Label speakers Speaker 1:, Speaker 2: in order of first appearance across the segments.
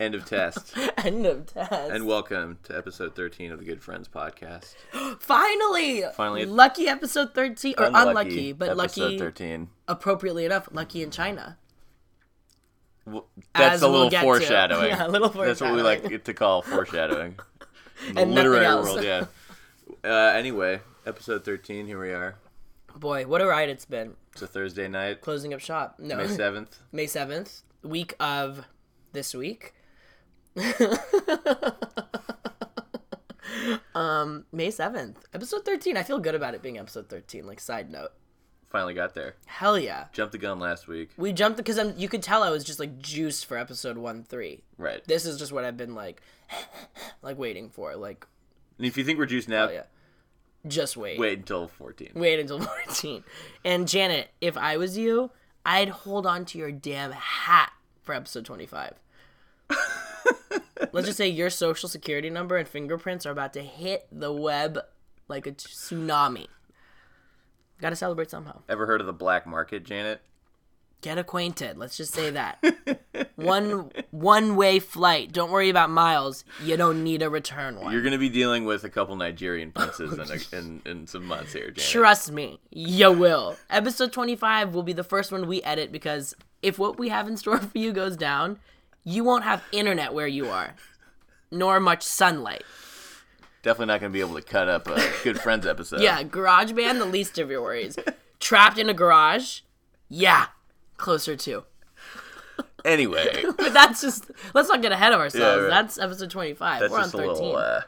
Speaker 1: End of test.
Speaker 2: End of test.
Speaker 1: and welcome to episode 13 of the Good Friends podcast.
Speaker 2: finally,
Speaker 1: Finally-
Speaker 2: lucky episode thirteen or unlucky, but
Speaker 1: episode
Speaker 2: lucky
Speaker 1: 13.
Speaker 2: appropriately enough, lucky in China.
Speaker 1: Well, that's
Speaker 2: As
Speaker 1: a
Speaker 2: we'll
Speaker 1: little
Speaker 2: get to.
Speaker 1: foreshadowing.
Speaker 2: Yeah, a little
Speaker 1: That's what we
Speaker 2: foreshadowing.
Speaker 1: like to call foreshadowing. In the
Speaker 2: And nothing
Speaker 1: literary
Speaker 2: else.
Speaker 1: world, yeah. Uh, anyway, episode 13, here we are.
Speaker 2: Boy, what a ride it's been.
Speaker 1: It's a Thursday night,
Speaker 2: Closing up shop. No,
Speaker 1: May 7th.
Speaker 2: May seventh, week of this week. um, May seventh, episode thirteen. I feel good about it being episode thirteen. Like side note,
Speaker 1: Finally got there.
Speaker 2: hell yeah.
Speaker 1: Jumped the gun last week.
Speaker 2: We jumped because I'm. You could tell I was just like juiced for episode one three.
Speaker 1: Right.
Speaker 2: This is just what I've been like, like waiting for. Like,
Speaker 1: And if you think we're juiced now,
Speaker 2: oh yeah, just wait.
Speaker 1: wait until 14.
Speaker 2: Wait until 14. And Janet, if I was you, I'd hold on to your damn hat for episode 25. Let's just say your social security number and fingerprints are about to hit the web like a tsunami. Gotta celebrate somehow.
Speaker 1: Ever heard of the black market, Janet?
Speaker 2: Get acquainted. Let's just say that. one one way flight. Don't worry about miles. You don't need a return one.
Speaker 1: You're going to be dealing with a couple Nigerian princes
Speaker 2: Oh,
Speaker 1: in, a, in, in some months here, Janet.
Speaker 2: Trust me, you will. Episode 25 will be the first one we edit because if what we have in store for you goes down, you won't have internet where you are, nor much sunlight.
Speaker 1: Definitely not going to be able to cut up a Good Friends episode.
Speaker 2: Yeah, garage band, the least of your worries. Trapped in a garage? Yeah, closer to.
Speaker 1: Anyway,
Speaker 2: But that's just, let's not get ahead of ourselves.
Speaker 1: right.
Speaker 2: That's episode 25.
Speaker 1: that's
Speaker 2: We're on
Speaker 1: just a
Speaker 2: 13.
Speaker 1: little uh,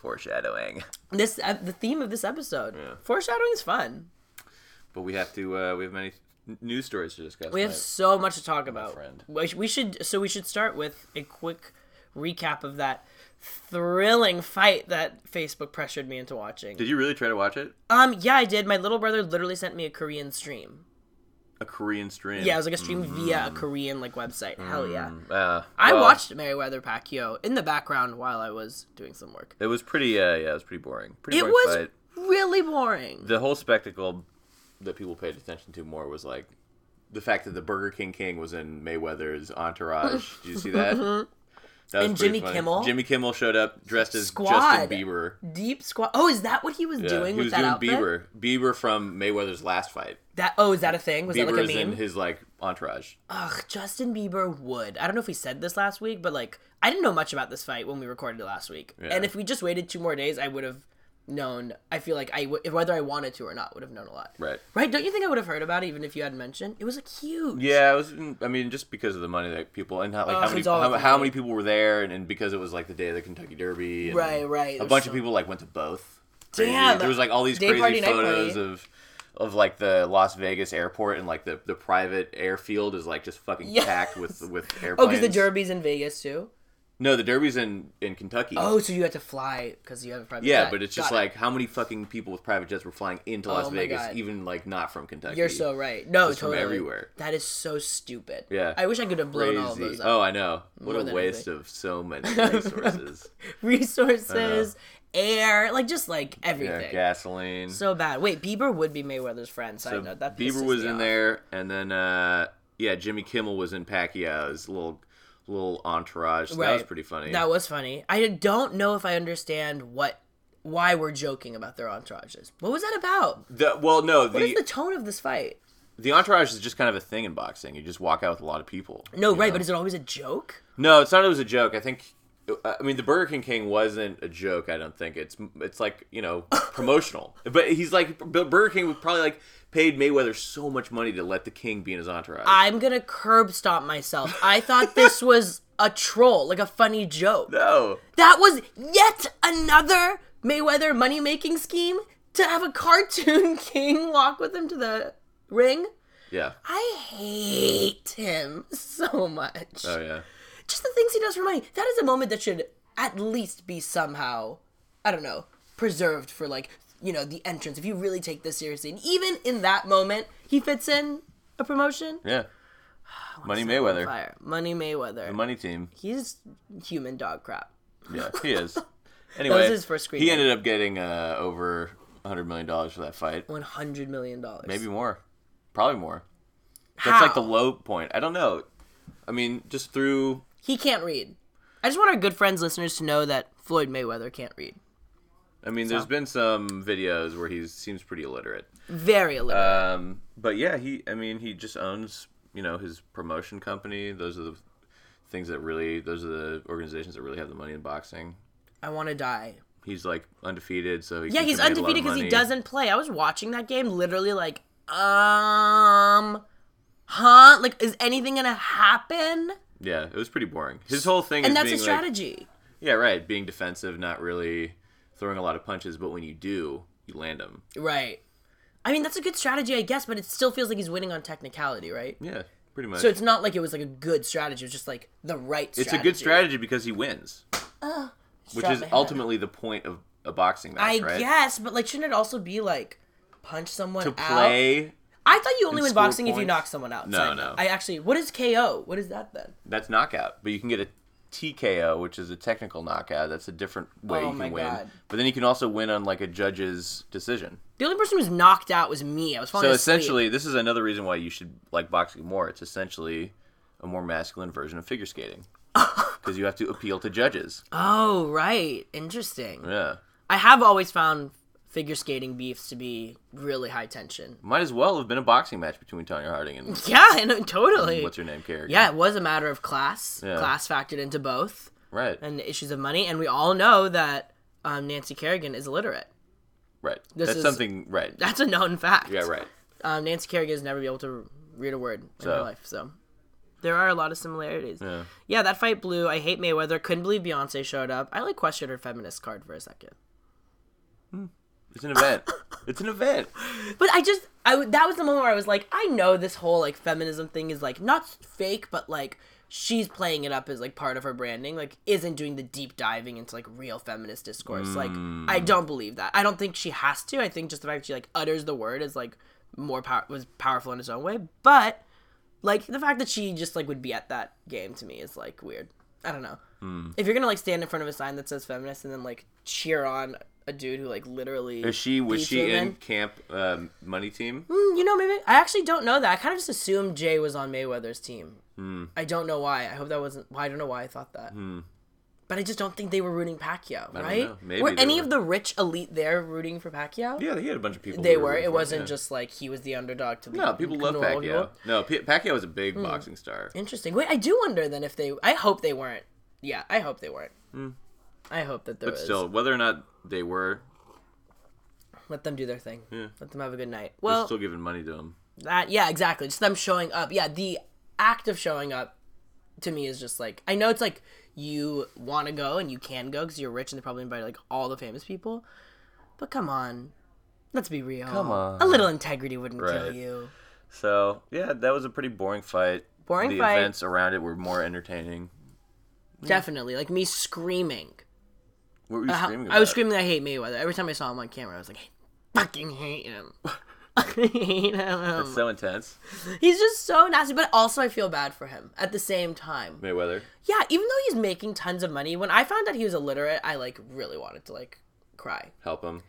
Speaker 1: foreshadowing.
Speaker 2: This, uh, the theme of this episode, foreshadowing is fun.
Speaker 1: But we have to. Uh, we have many n- news stories to discuss.
Speaker 2: We have
Speaker 1: tonight.
Speaker 2: so much to talk about.
Speaker 1: friend.
Speaker 2: We sh- we should so we should start with a quick recap of that thrilling fight that Facebook pressured me into watching.
Speaker 1: Did you really try to watch it?
Speaker 2: um yeah, I did. My little brother literally sent me a Korean stream.
Speaker 1: A Korean stream.
Speaker 2: Yeah, it was like a stream via a Korean like website. Hell yeah.
Speaker 1: Uh,
Speaker 2: I
Speaker 1: Mm. well,
Speaker 2: watched Meriwether Pacquiao in the background while I was doing some work.
Speaker 1: It was pretty. Uh, yeah, it was pretty boring. Pretty
Speaker 2: It
Speaker 1: boring
Speaker 2: was
Speaker 1: fight.
Speaker 2: really boring.
Speaker 1: The whole spectacle that people paid attention to more was like the fact that the Burger King King was in Mayweather's entourage. Did you see that? that was pretty
Speaker 2: And Jimmy
Speaker 1: funny.
Speaker 2: Kimmel?
Speaker 1: Jimmy Kimmel showed up dressed as
Speaker 2: Squad.
Speaker 1: Justin Bieber.
Speaker 2: Deep squat. Oh, is that what he was
Speaker 1: Yeah,
Speaker 2: doing
Speaker 1: he
Speaker 2: with
Speaker 1: was
Speaker 2: that
Speaker 1: doing
Speaker 2: outfit?
Speaker 1: Bieber. Bieber from Mayweather's last fight.
Speaker 2: That oh, is that a thing? Was that
Speaker 1: Bieber
Speaker 2: like
Speaker 1: is
Speaker 2: a meme?
Speaker 1: in his like entourage.
Speaker 2: Ugh, Justin Bieber would. I don't know if we said this last week, but like I didn't know much about this fight when we recorded it last week. And if we just waited two more days, I would have known. I feel like I would, whether I wanted to or not, would have known a lot.
Speaker 1: Right.
Speaker 2: Right? Don't you think I would have heard about it even if you hadn't mentioned? It was like huge.
Speaker 1: Yeah, it was. I mean, just because of the money that people and how, like,
Speaker 2: Ugh,
Speaker 1: how many
Speaker 2: Oh, it's all
Speaker 1: how,
Speaker 2: the
Speaker 1: how
Speaker 2: money.
Speaker 1: many people were there, and, and because it was like the day of the Kentucky Derby. And
Speaker 2: Right, right.
Speaker 1: A bunch of people like went to both. Crazy.
Speaker 2: Damn.
Speaker 1: There was like all these
Speaker 2: Day
Speaker 1: crazy
Speaker 2: party, night
Speaker 1: photos
Speaker 2: party.
Speaker 1: of of like the Las Vegas airport and like the, the private airfield is like just fucking
Speaker 2: Yes.
Speaker 1: packed with with airplanes.
Speaker 2: Oh, because the Derby's in Vegas too.
Speaker 1: No, the Derby's in in Kentucky.
Speaker 2: Oh, so you had to fly because you have a private.
Speaker 1: Yeah,
Speaker 2: jet.
Speaker 1: but it's just
Speaker 2: Got it.
Speaker 1: like how many fucking people with private jets were flying into Las
Speaker 2: Oh my
Speaker 1: Vegas,
Speaker 2: God.
Speaker 1: even like not from Kentucky.
Speaker 2: you're so right. No,
Speaker 1: from
Speaker 2: totally.
Speaker 1: everywhere.
Speaker 2: That is so stupid.
Speaker 1: Yeah.
Speaker 2: I wish I could have blown
Speaker 1: crazy.
Speaker 2: all of those up.
Speaker 1: Oh, I know. What
Speaker 2: More
Speaker 1: a
Speaker 2: than
Speaker 1: waste
Speaker 2: anything.
Speaker 1: of so many resources.
Speaker 2: Resources, air, like just like everything.
Speaker 1: yeah, gasoline.
Speaker 2: So bad. Wait, Bieber would be Mayweather's friend. Side note. That
Speaker 1: Bieber
Speaker 2: pisses
Speaker 1: was
Speaker 2: me
Speaker 1: in
Speaker 2: off.
Speaker 1: there, and then uh, yeah, Jimmy Kimmel was in Pacquiao's little little entourage. That was
Speaker 2: Right.
Speaker 1: pretty funny.
Speaker 2: That was funny. I don't know if I understand what why we're joking about their entourages. What was that about?
Speaker 1: The- well, no,
Speaker 2: What is
Speaker 1: the,
Speaker 2: the tone of this fight?
Speaker 1: the entourage is just kind of a thing in boxing. You just walk out with a lot of people.
Speaker 2: No, right, but is it always a joke?
Speaker 1: No, it's not. It was a joke. I think. uh, I mean, the Burger King King wasn't a joke. I don't think it's it's like you know promotional. But he's like but Burger King would probably like paid Mayweather so much money to let the King be in his entourage.
Speaker 2: I'm gonna curb stomp myself. I thought this was a troll, like a funny joke.
Speaker 1: no,
Speaker 2: That was yet another Mayweather money making scheme to have a cartoon king walk with him to the ring.
Speaker 1: yeah,
Speaker 2: I hate him so much.
Speaker 1: oh yeah.
Speaker 2: just the things he does for money. That is a moment that should at least be somehow, I don't know, preserved for like, you know, the entrance. If you really take this seriously, and even in that moment, he fits in a promotion.
Speaker 1: Yeah. Money Mayweather.
Speaker 2: Fire, Money Mayweather.
Speaker 1: The money team.
Speaker 2: He's human dog crap.
Speaker 1: Yeah, he is. Anyway,
Speaker 2: his first screen
Speaker 1: He
Speaker 2: name.
Speaker 1: ended up getting uh, over $100 million for that fight.
Speaker 2: One hundred million dollars.
Speaker 1: Maybe more. Probably more. That's
Speaker 2: How?
Speaker 1: like the low point. I don't know. I mean, just through.
Speaker 2: he can't read. I just want our good friends listeners to know that Floyd Mayweather can't read.
Speaker 1: I mean, there's been some videos where he seems pretty illiterate.
Speaker 2: Very illiterate.
Speaker 1: Um, but yeah, he. I mean, he just owns you know his promotion company. Those are the things that really. Those are the organizations that really have the money in boxing.
Speaker 2: I want to die.
Speaker 1: He's like undefeated, so he
Speaker 2: Yeah,
Speaker 1: can
Speaker 2: he's
Speaker 1: command a lot
Speaker 2: undefeated
Speaker 1: of
Speaker 2: because he
Speaker 1: money.
Speaker 2: doesn't play. I was watching that game, literally like, um, huh? Like, is anything gonna happen?
Speaker 1: Yeah, it was pretty boring. His whole thing
Speaker 2: And
Speaker 1: is
Speaker 2: that's
Speaker 1: being
Speaker 2: his
Speaker 1: like-
Speaker 2: strategy.
Speaker 1: yeah, right. Being defensive, not really throwing a lot of punches, but when you do, you land them.
Speaker 2: Right. I mean, that's a good strategy, I guess, but it still feels like he's winning on technicality, right?
Speaker 1: Yeah, pretty much.
Speaker 2: So it's not like it was like a good strategy. It was just like the right strategy.
Speaker 1: it's a good strategy because he wins, which
Speaker 2: Strap
Speaker 1: is
Speaker 2: my head.
Speaker 1: ultimately the point of a boxing match,
Speaker 2: I
Speaker 1: right?
Speaker 2: guess, but like, shouldn't it also be like punch someone
Speaker 1: To
Speaker 2: out?
Speaker 1: play,
Speaker 2: I thought you only
Speaker 1: and
Speaker 2: win
Speaker 1: score
Speaker 2: boxing if you
Speaker 1: points?
Speaker 2: knock someone out.
Speaker 1: No,
Speaker 2: Sorry.
Speaker 1: no.
Speaker 2: I actually, what is KO? What is that then?
Speaker 1: that's knockout. But you can get a TKO, which is a technical knockout. That's a different way
Speaker 2: Oh
Speaker 1: you
Speaker 2: my
Speaker 1: can win.
Speaker 2: God.
Speaker 1: But then you can also win on like a judge's decision.
Speaker 2: The only person who was knocked out was me. I was falling
Speaker 1: So
Speaker 2: asleep.
Speaker 1: essentially, this is another reason why you should like boxing more. It's essentially a more masculine version of figure skating because you have to appeal to judges.
Speaker 2: Oh, right. Interesting.
Speaker 1: Yeah,
Speaker 2: I have always found figure skating beefs to be really high tension.
Speaker 1: might as well have been a boxing match between Tonya Harding and
Speaker 2: Yeah, I know, totally.
Speaker 1: what's her name, Kerrigan.
Speaker 2: Yeah, it was a matter of class.
Speaker 1: Yeah.
Speaker 2: Class factored into both
Speaker 1: right,
Speaker 2: and issues of money. And we all know that um, Nancy Kerrigan is illiterate.
Speaker 1: right.
Speaker 2: this
Speaker 1: That's
Speaker 2: is-
Speaker 1: something right.
Speaker 2: That's a known fact.
Speaker 1: Yeah, right.
Speaker 2: Um, Nancy Kerrigan has never been able to read a word in her
Speaker 1: So.
Speaker 2: life. So there are a lot of similarities.
Speaker 1: Yeah.
Speaker 2: Yeah, that fight blew. I hate Mayweather. Couldn't believe Beyonce showed up. I like questioned her feminist card for a second.
Speaker 1: It's an event. it's an event.
Speaker 2: But I just, I w- that was the moment where I was like, I know this whole like feminism thing is like not fake, but like she's playing it up as like part of her branding, like isn't doing the deep diving into like real feminist discourse. Like I don't believe that. I don't think she has to. I think just the fact she like utters the word is like more power was powerful in its own way. But like the fact that she just like would be at that game to me is like weird. I don't know. If you're gonna like stand in front of a sign that says feminist and then like cheer on a dude who like literally
Speaker 1: Is she was
Speaker 2: beats
Speaker 1: she in
Speaker 2: women-
Speaker 1: camp um, money team?
Speaker 2: Mm, You know, maybe I actually don't know that. I kind of just assumed Jay was on Mayweather's team.
Speaker 1: Hmm.
Speaker 2: I don't know why. I hope that wasn't. Why I don't know why I thought that. But I just don't think they were rooting Pacquiao, right?
Speaker 1: know. Maybe
Speaker 2: were
Speaker 1: they
Speaker 2: any
Speaker 1: were.
Speaker 2: of the rich elite there rooting for Pacquiao?
Speaker 1: Yeah, he had a bunch of people.
Speaker 2: They
Speaker 1: who
Speaker 2: were.
Speaker 1: rooting
Speaker 2: It
Speaker 1: for him,
Speaker 2: wasn't
Speaker 1: yeah.
Speaker 2: just like he was the underdog to the
Speaker 1: No, people love
Speaker 2: normal
Speaker 1: Pacquiao.
Speaker 2: people.
Speaker 1: No, P- Pacquiao was a big
Speaker 2: Hmm.
Speaker 1: boxing star.
Speaker 2: Interesting. Wait, I do wonder then if they. I hope they weren't. Yeah, I hope they weren't. I hope that there was.
Speaker 1: Hmm. Still, whether or not they were,
Speaker 2: Let them do their thing. Let them have a good night.
Speaker 1: they're
Speaker 2: Well,
Speaker 1: still giving money to him.
Speaker 2: That yeah, exactly. Just them showing up. Yeah, the act of showing up to me is just like I know it's like you want to go and you can go because you're rich and they probably invited like all the famous people. But come on, let's be real. Come
Speaker 1: on.
Speaker 2: a little integrity wouldn't kill
Speaker 1: Right.
Speaker 2: you.
Speaker 1: So yeah, that was a pretty boring fight.
Speaker 2: Boring
Speaker 1: the
Speaker 2: fight.
Speaker 1: events around it were more entertaining.
Speaker 2: Definitely, like me screaming.
Speaker 1: What were you
Speaker 2: How-
Speaker 1: screaming about?
Speaker 2: Uh-huh. I was screaming. I hate Mayweather. Every time I saw him on camera, I was like, I fucking hate him. I hate him.
Speaker 1: So intense.
Speaker 2: He's just so nasty, but also I feel bad for him at the same time.
Speaker 1: Mayweather.
Speaker 2: Yeah, even though he's making tons of money, when I found out he was illiterate, I like really wanted to like cry.
Speaker 1: Help him.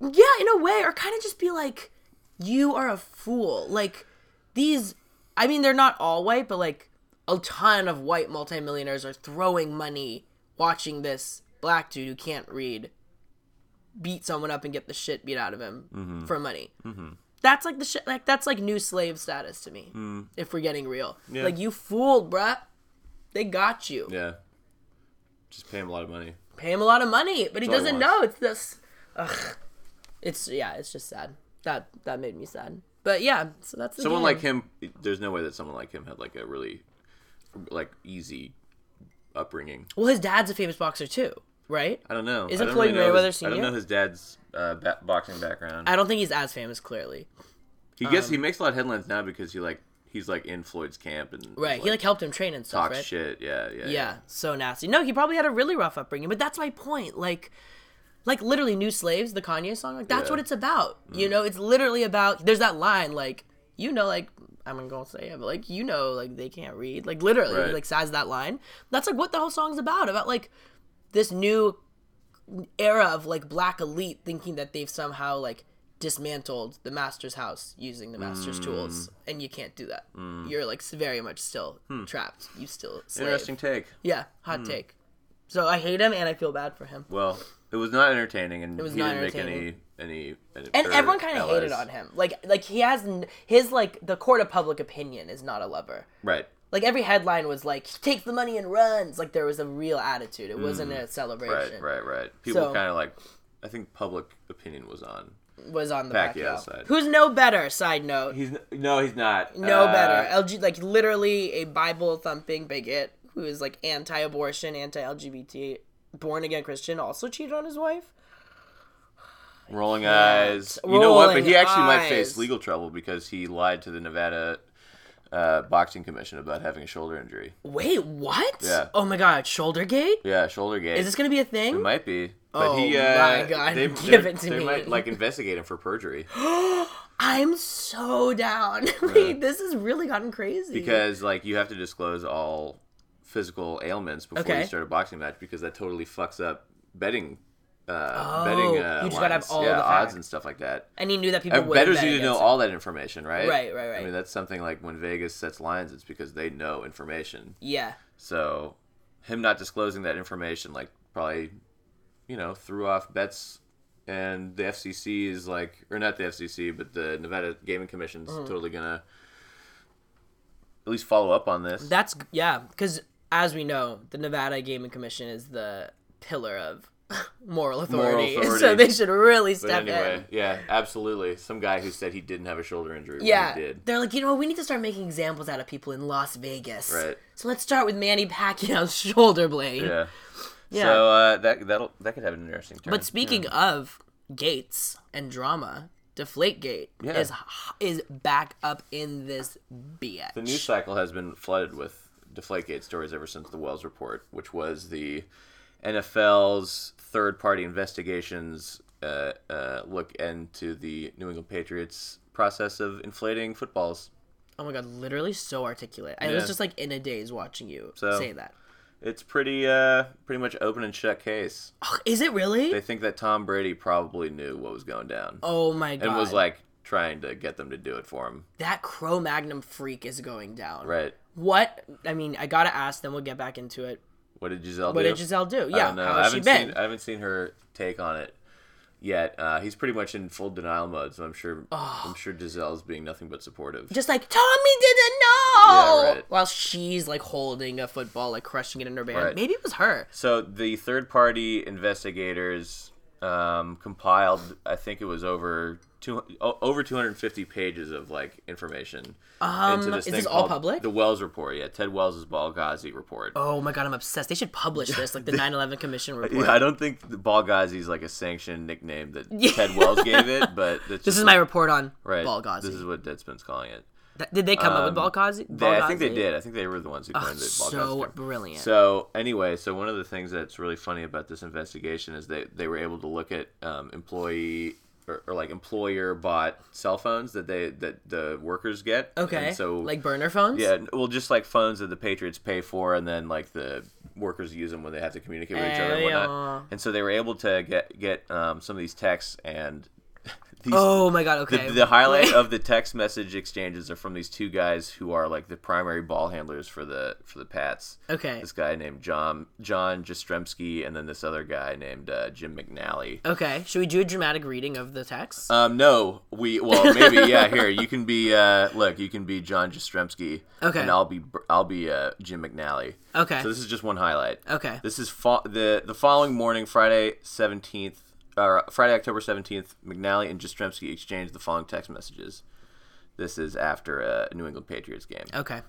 Speaker 2: Yeah, in a way, or kind of just be like, you are a fool. Like these, I mean, they're not all white, but like a ton of white multimillionaires are throwing money watching this black dude who can't read beat someone up and get the shit beat out of him for money. Mm-hmm. That's like the shit. Like that's like new slave status to me. If we're getting real, like you fooled, bruh. They got you
Speaker 1: Yeah. Just pay him a lot of money.
Speaker 2: pay him a lot of money, but he
Speaker 1: That's all he
Speaker 2: doesn't know. It's this. Ugh. It's yeah. It's just sad. That that made me sad. But yeah, so that's the
Speaker 1: Someone
Speaker 2: game.
Speaker 1: like him. There's no way that someone like him had like a really, like easy, upbringing.
Speaker 2: Well, his dad's a famous boxer too, right?
Speaker 1: I don't know.
Speaker 2: Isn't
Speaker 1: I don't
Speaker 2: Floyd
Speaker 1: know
Speaker 2: Mayweather
Speaker 1: his, I
Speaker 2: Senior?
Speaker 1: don't know his dad's uh, ba- boxing background.
Speaker 2: I don't think he's as famous. Clearly,
Speaker 1: he gets
Speaker 2: Um,
Speaker 1: he makes a lot of headlines now because he like he's like in Floyd's camp and
Speaker 2: right? He like helped him train and stuff,
Speaker 1: talks
Speaker 2: right?
Speaker 1: shit. Yeah, yeah, yeah.
Speaker 2: Yeah, so nasty. No, he probably had a really rough upbringing, but that's my point. Like, like literally, "New Slaves," the Kanye song. Like, that's
Speaker 1: Yeah. Mm.
Speaker 2: what it's about. You know, it's literally about. There's that line, like, you know, like I'm gonna say it, but like, you know, like they can't read. Like, literally,
Speaker 1: Right.
Speaker 2: like says that line. That's like what the whole song's about. About like this new era of like black elite thinking that they've somehow like dismantled the master's house using the master's
Speaker 1: Mm.
Speaker 2: tools, and you can't do that. You're like s- very much still trapped. You still a slave.
Speaker 1: Hmm. Interesting take.
Speaker 2: Yeah, hot
Speaker 1: Hmm.
Speaker 2: take. So I hate him and I feel bad for him.
Speaker 1: Well, it was not entertaining, and
Speaker 2: was
Speaker 1: he
Speaker 2: not
Speaker 1: didn't make any
Speaker 2: entertaining.
Speaker 1: any. any
Speaker 2: And
Speaker 1: or
Speaker 2: everyone kind of hated
Speaker 1: allies.
Speaker 2: on him. Like like he has n- his like the court of public opinion is not a lover.
Speaker 1: Right.
Speaker 2: Like every headline was like he takes the money and runs. Like there was a real attitude. It wasn't a celebration.
Speaker 1: Hmm. Right. Right. Right. People
Speaker 2: So-
Speaker 1: kind of like. I think public opinion was on.
Speaker 2: Was on the
Speaker 1: Pacquiao
Speaker 2: Pacquiao,
Speaker 1: side.
Speaker 2: Who's no better? Side note.
Speaker 1: He's no, he's not.
Speaker 2: no
Speaker 1: Uh,
Speaker 2: better. LG like literally a Bible thumping bigot who is like anti-abortion, anti-LGBT, born again Christian, also cheated on his wife.
Speaker 1: Rolling eyes. You know what? But he
Speaker 2: Rolling
Speaker 1: actually might face
Speaker 2: eyes.
Speaker 1: legal trouble because he lied to the Nevada uh, Boxing Commission about having a shoulder injury.
Speaker 2: Wait, what?
Speaker 1: Yeah.
Speaker 2: Oh my god, shoulder gate?
Speaker 1: Yeah, shoulder gate.
Speaker 2: Is this gonna be a thing?
Speaker 1: It might be. But
Speaker 2: Oh
Speaker 1: he, uh,
Speaker 2: my God,
Speaker 1: They,
Speaker 2: give
Speaker 1: they-
Speaker 2: it to
Speaker 1: they
Speaker 2: me.
Speaker 1: might like investigate him for perjury
Speaker 2: I'm so down. Wait, this has really gotten crazy.
Speaker 1: because like you have to disclose all physical ailments before
Speaker 2: Okay.
Speaker 1: you start a boxing match because that totally fucks up betting. Uh,
Speaker 2: Oh,
Speaker 1: betting. Uh,
Speaker 2: you just gotta have
Speaker 1: lines.
Speaker 2: all
Speaker 1: yeah,
Speaker 2: the
Speaker 1: odds
Speaker 2: facts.
Speaker 1: and stuff like that.
Speaker 2: and he knew that people
Speaker 1: And
Speaker 2: would
Speaker 1: bettors
Speaker 2: bet
Speaker 1: need to know
Speaker 2: against
Speaker 1: all that information, right?
Speaker 2: Right, right, right.
Speaker 1: I mean, that's something like when Vegas sets lines, it's because they know information.
Speaker 2: him. Yeah.
Speaker 1: So, him not disclosing that information, like, probably, you know, threw off bets. And the FCC is like, or not the FCC, but the Nevada Gaming Commission's
Speaker 2: Mm-hmm.
Speaker 1: totally gonna at least follow up on this.
Speaker 2: That's yeah, because as we know, the Nevada Gaming Commission is the pillar of moral authority, so
Speaker 1: authority.
Speaker 2: they should really
Speaker 1: but
Speaker 2: step in.
Speaker 1: anyway, yeah, absolutely. Some guy who said he didn't have a shoulder injury, when
Speaker 2: Yeah,
Speaker 1: he did.
Speaker 2: they're like, you know, what, we need to start making examples out of people in Las Vegas.
Speaker 1: Right.
Speaker 2: So let's start with Manny Pacquiao's shoulder blade.
Speaker 1: Yeah.
Speaker 2: Yeah.
Speaker 1: So uh, that that'll that could have an interesting turn.
Speaker 2: But speaking of Gates and drama, Deflategate
Speaker 1: Yeah.
Speaker 2: is is back up in this BS.
Speaker 1: The news cycle has been flooded with Deflategate stories ever since the Wells report, which was the NFL's third-party investigations uh, uh, look into the New England Patriots process of inflating footballs.
Speaker 2: oh my god, literally so articulate. I was
Speaker 1: Yeah.
Speaker 2: just like in a daze watching you
Speaker 1: So-
Speaker 2: say that.
Speaker 1: It's pretty, uh, pretty much open and shut case.
Speaker 2: Ugh, Is it really?
Speaker 1: They think that Tom Brady probably knew what was going down
Speaker 2: oh my god.
Speaker 1: and was like trying to get them to do it for him.
Speaker 2: that Cro Magnum freak is going down.
Speaker 1: Right?
Speaker 2: What? I mean, I gotta ask. Then we'll get back into it.
Speaker 1: What did Giselle
Speaker 2: What
Speaker 1: do?
Speaker 2: did Giselle do?
Speaker 1: I
Speaker 2: Yeah,
Speaker 1: don't know.
Speaker 2: how
Speaker 1: I
Speaker 2: has she
Speaker 1: haven't
Speaker 2: been?
Speaker 1: seen I haven't seen her take on it yet. Uh, he's pretty much in full denial mode, so I'm sure I'm sure Giselle's being nothing but supportive.
Speaker 2: Just like Tommy didn't know.
Speaker 1: Yeah, right.
Speaker 2: While she's like holding a football, like crushing it in her band.
Speaker 1: Right.
Speaker 2: Maybe it was her.
Speaker 1: So the third party investigators um, compiled, I think it was over two o- over 250 pages of like information um, into
Speaker 2: is this all
Speaker 1: called
Speaker 2: public?
Speaker 1: The Wells report, yeah, Ted Wells' Balgazi report.
Speaker 2: Oh my god, I'm obsessed. They should publish this, like the 9/11 Commission report.
Speaker 1: Yeah, I don't think the Balgazi is like a sanctioned nickname that Ted Wells gave it, but that's
Speaker 2: This is my report on
Speaker 1: right.
Speaker 2: Ball Ghazi.
Speaker 1: This is what Deadspin's calling it.
Speaker 2: Th- did they come up with Ball Ghazi?
Speaker 1: They,
Speaker 2: Ball
Speaker 1: I think they
Speaker 2: Ghazi?
Speaker 1: did. I think they were the ones who coined the Balkan
Speaker 2: so
Speaker 1: term.
Speaker 2: brilliant.
Speaker 1: So anyway, so one of the things that's really funny about this investigation is they they were able to look at um, employee or, or like employer bought cell phones that they that the workers get.
Speaker 2: Okay.
Speaker 1: And so
Speaker 2: like burner phones.
Speaker 1: yeah, well, just like phones that the Patriots pay for, and then like the workers use them when they have to communicate with each other and
Speaker 2: Ayo.
Speaker 1: whatnot. And so they were able to get get um, some of these texts and these
Speaker 2: Oh my god.
Speaker 1: the,
Speaker 2: Okay.
Speaker 1: the highlight of the text message exchanges are from these two guys who are like the primary ball handlers for the for the Pats.
Speaker 2: Okay.
Speaker 1: This guy named John John Jastrzemski, and then this other guy named uh, Jim McNally.
Speaker 2: Okay. Should we do a dramatic reading of the text?
Speaker 1: Um, no, we well maybe yeah. Here you can be uh, look, you can be John Jastrzemski.
Speaker 2: Okay.
Speaker 1: And I'll be Br- I'll be uh, Jim McNally.
Speaker 2: Okay.
Speaker 1: So this is just one highlight.
Speaker 2: Okay.
Speaker 1: This is fo- the the following morning, Friday seventeenth, or Friday October seventeenth. McNally and Jastrzemski exchanged the following text messages. This is after a New England Patriots game.
Speaker 2: Okay.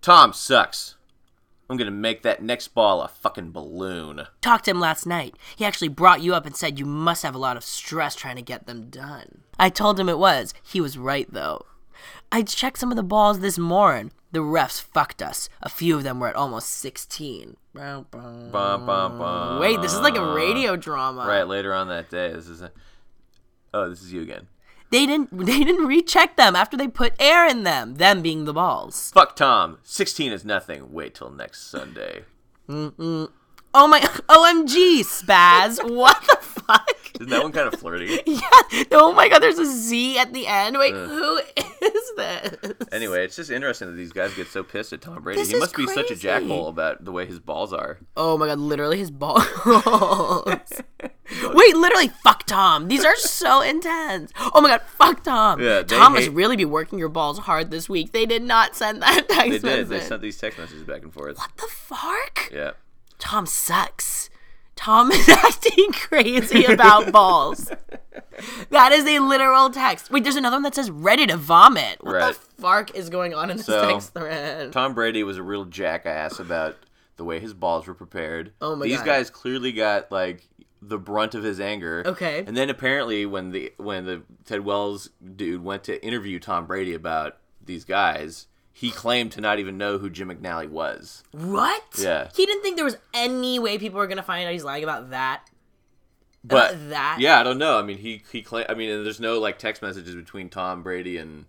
Speaker 1: Tom sucks. I'm gonna make that next ball a fucking balloon.
Speaker 2: Talked to him last night. He actually brought you up and said you must have a lot of stress trying to get them done. I told him it was. He was right, though. I checked some of the balls this morning. The refs fucked us. A few of them were at almost 16. Bow, bow.
Speaker 1: Bum, bum, bum.
Speaker 2: Mm, Wait, this is like a radio drama.
Speaker 1: Uh, Right later on that day. This is. A- oh, this is you again.
Speaker 2: They didn't they didn't recheck them after they put air in them, them being the balls.
Speaker 1: Fuck Tom. Sixteen is nothing. Wait till next Sunday.
Speaker 2: Oh my OMG, Spaz. what the fuck?
Speaker 1: Isn't that one kind of flirty?
Speaker 2: yeah. Oh my god, there's a Z at the end. Wait, who is this?
Speaker 1: Anyway, it's just interesting that these guys get so pissed at Tom Brady.
Speaker 2: This
Speaker 1: he
Speaker 2: is
Speaker 1: must be such a
Speaker 2: crazy.
Speaker 1: jackhole about the way his balls are.
Speaker 2: Oh my god, literally his balls. Wait, literally, fuck Tom. These are so intense. Oh my god, fuck Tom.
Speaker 1: Yeah, they
Speaker 2: Tom must
Speaker 1: hate-
Speaker 2: really be working your balls hard this week. They did not send that
Speaker 1: They
Speaker 2: text
Speaker 1: did. They
Speaker 2: message.
Speaker 1: sent these text messages back and forth.
Speaker 2: the fark?
Speaker 1: Yeah.
Speaker 2: Tom sucks. Tom is acting crazy about balls. That is a literal text. Wait, there's another one that says ready to vomit. What
Speaker 1: Right.
Speaker 2: the fark is going on in this
Speaker 1: So-
Speaker 2: text thread?
Speaker 1: Tom Brady was a real jackass about the way his balls were prepared.
Speaker 2: Oh my
Speaker 1: These
Speaker 2: God.
Speaker 1: guys clearly got like the brunt of his anger.
Speaker 2: Okay.
Speaker 1: And then apparently when the when the Ted Wells dude went to interview Tom Brady about these guys, he claimed to not even know who Jim McNally was.
Speaker 2: What?
Speaker 1: Yeah.
Speaker 2: He didn't think there was any way people were gonna find out he's lying about that.
Speaker 1: But
Speaker 2: About that?
Speaker 1: Yeah, I don't know. I mean, he he claimed I mean, and there's no like text messages between Tom Brady and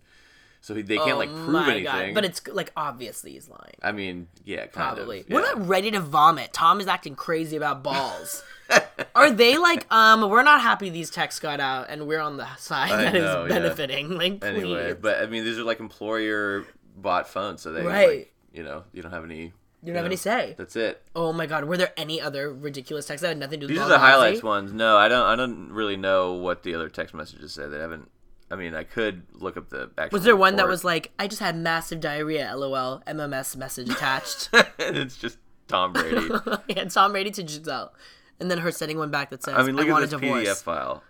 Speaker 1: so he, they can't like prove anything.
Speaker 2: Oh But it's like obviously he's lying.
Speaker 1: I mean, yeah, kind
Speaker 2: Probably.
Speaker 1: of. Yeah.
Speaker 2: We're not ready to vomit. Tom is acting crazy about balls. Are they like, um, we're not happy these texts got out and we're on the side
Speaker 1: I
Speaker 2: that is
Speaker 1: know, yeah.
Speaker 2: benefiting. Like, please.
Speaker 1: anyway, but I mean, these are like employer bought phones, so they
Speaker 2: Right.
Speaker 1: like, you know you don't have any.
Speaker 2: you don't have any say.
Speaker 1: That's it.
Speaker 2: Oh my god, were there any other ridiculous texts that had nothing to do
Speaker 1: These
Speaker 2: with
Speaker 1: are
Speaker 2: Bob
Speaker 1: the highlights
Speaker 2: Marley?
Speaker 1: ones. No, I don't. I don't really know what the other text messages say. They haven't. I mean, I could look up the. Actual
Speaker 2: Was there one that was like, I just had massive diarrhea, lol, MMS message attached?
Speaker 1: like? it's just Tom Brady.
Speaker 2: and Tom Brady to Giselle. And then her sending one back that says, I,
Speaker 1: I mean, look
Speaker 2: want
Speaker 1: at
Speaker 2: a
Speaker 1: this
Speaker 2: divorce.
Speaker 1: PDF file.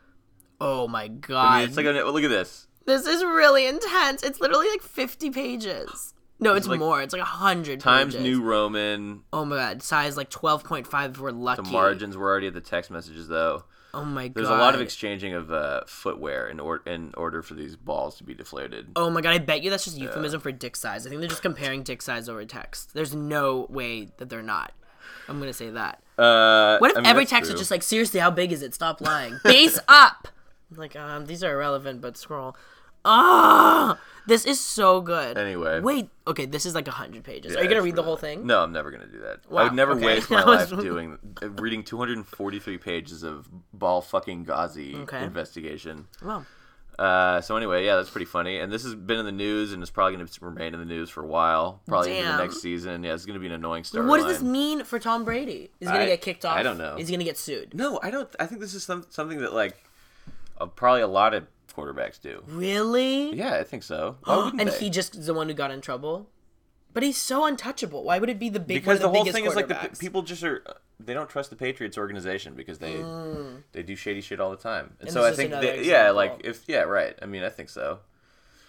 Speaker 2: Oh my
Speaker 1: I
Speaker 2: god.
Speaker 1: mean, it's like a, look at this.
Speaker 2: This is really intense. It's literally like 50 pages. No, it's
Speaker 1: like
Speaker 2: more. It's like 100
Speaker 1: Times
Speaker 2: pages.
Speaker 1: New Roman.
Speaker 2: Oh my god, size like 12.5 if we're lucky.
Speaker 1: The margins were already at the text messages though.
Speaker 2: Oh my god.
Speaker 1: There's a lot of exchanging of uh, footwear in, or- in order for these balls to be deflated.
Speaker 2: Oh my god, I bet you that's just euphemism for dick size. I think they're just comparing dick size over text. There's no way that they're not. I'm going to say that.
Speaker 1: Uh,
Speaker 2: What if
Speaker 1: I mean,
Speaker 2: every
Speaker 1: that's
Speaker 2: text
Speaker 1: true.
Speaker 2: is just like, seriously, how big is it? Stop lying. Base up! Like, um, these are irrelevant, but scroll. Ah! This is so good.
Speaker 1: Anyway.
Speaker 2: Wait, okay, this is like 100 pages. are
Speaker 1: Yeah,
Speaker 2: you going to
Speaker 1: it's
Speaker 2: read the
Speaker 1: really
Speaker 2: whole
Speaker 1: bad.
Speaker 2: thing?
Speaker 1: No, I'm never gonna do that. I
Speaker 2: Wow,
Speaker 1: would never
Speaker 2: okay.
Speaker 1: waste my
Speaker 2: That was-
Speaker 1: life doing uh, reading 243 pages of ball fucking Ghazi
Speaker 2: Okay.
Speaker 1: investigation.
Speaker 2: Wow.
Speaker 1: Uh, so anyway, yeah, that's pretty funny. And this has been in the news, and it's probably gonna remain in the news for a while, probably into
Speaker 2: Damn.
Speaker 1: the next season. Yeah, it's gonna be an annoying story.
Speaker 2: What does this mean for Tom Brady? Is he gonna
Speaker 1: I-
Speaker 2: get kicked off?
Speaker 1: I don't know.
Speaker 2: Is he gonna get sued?
Speaker 1: No, I don't. I think this is some, something that like uh, probably a lot of quarterbacks do.
Speaker 2: Really?
Speaker 1: Yeah, I think so. Why wouldn't
Speaker 2: Mm-hmm. and
Speaker 1: they?
Speaker 2: he just is the one who got in trouble. But he's so untouchable. Why would it be the big
Speaker 1: because
Speaker 2: one
Speaker 1: the,
Speaker 2: of
Speaker 1: whole
Speaker 2: biggest
Speaker 1: thing is like the
Speaker 2: quarterbacks?
Speaker 1: p- people just are they don't trust the Patriots organization because they they do shady shit all the time, and, so I
Speaker 2: Mm. this is
Speaker 1: think
Speaker 2: another
Speaker 1: that, yeah,
Speaker 2: example.
Speaker 1: like if yeah, right. I mean, I think so.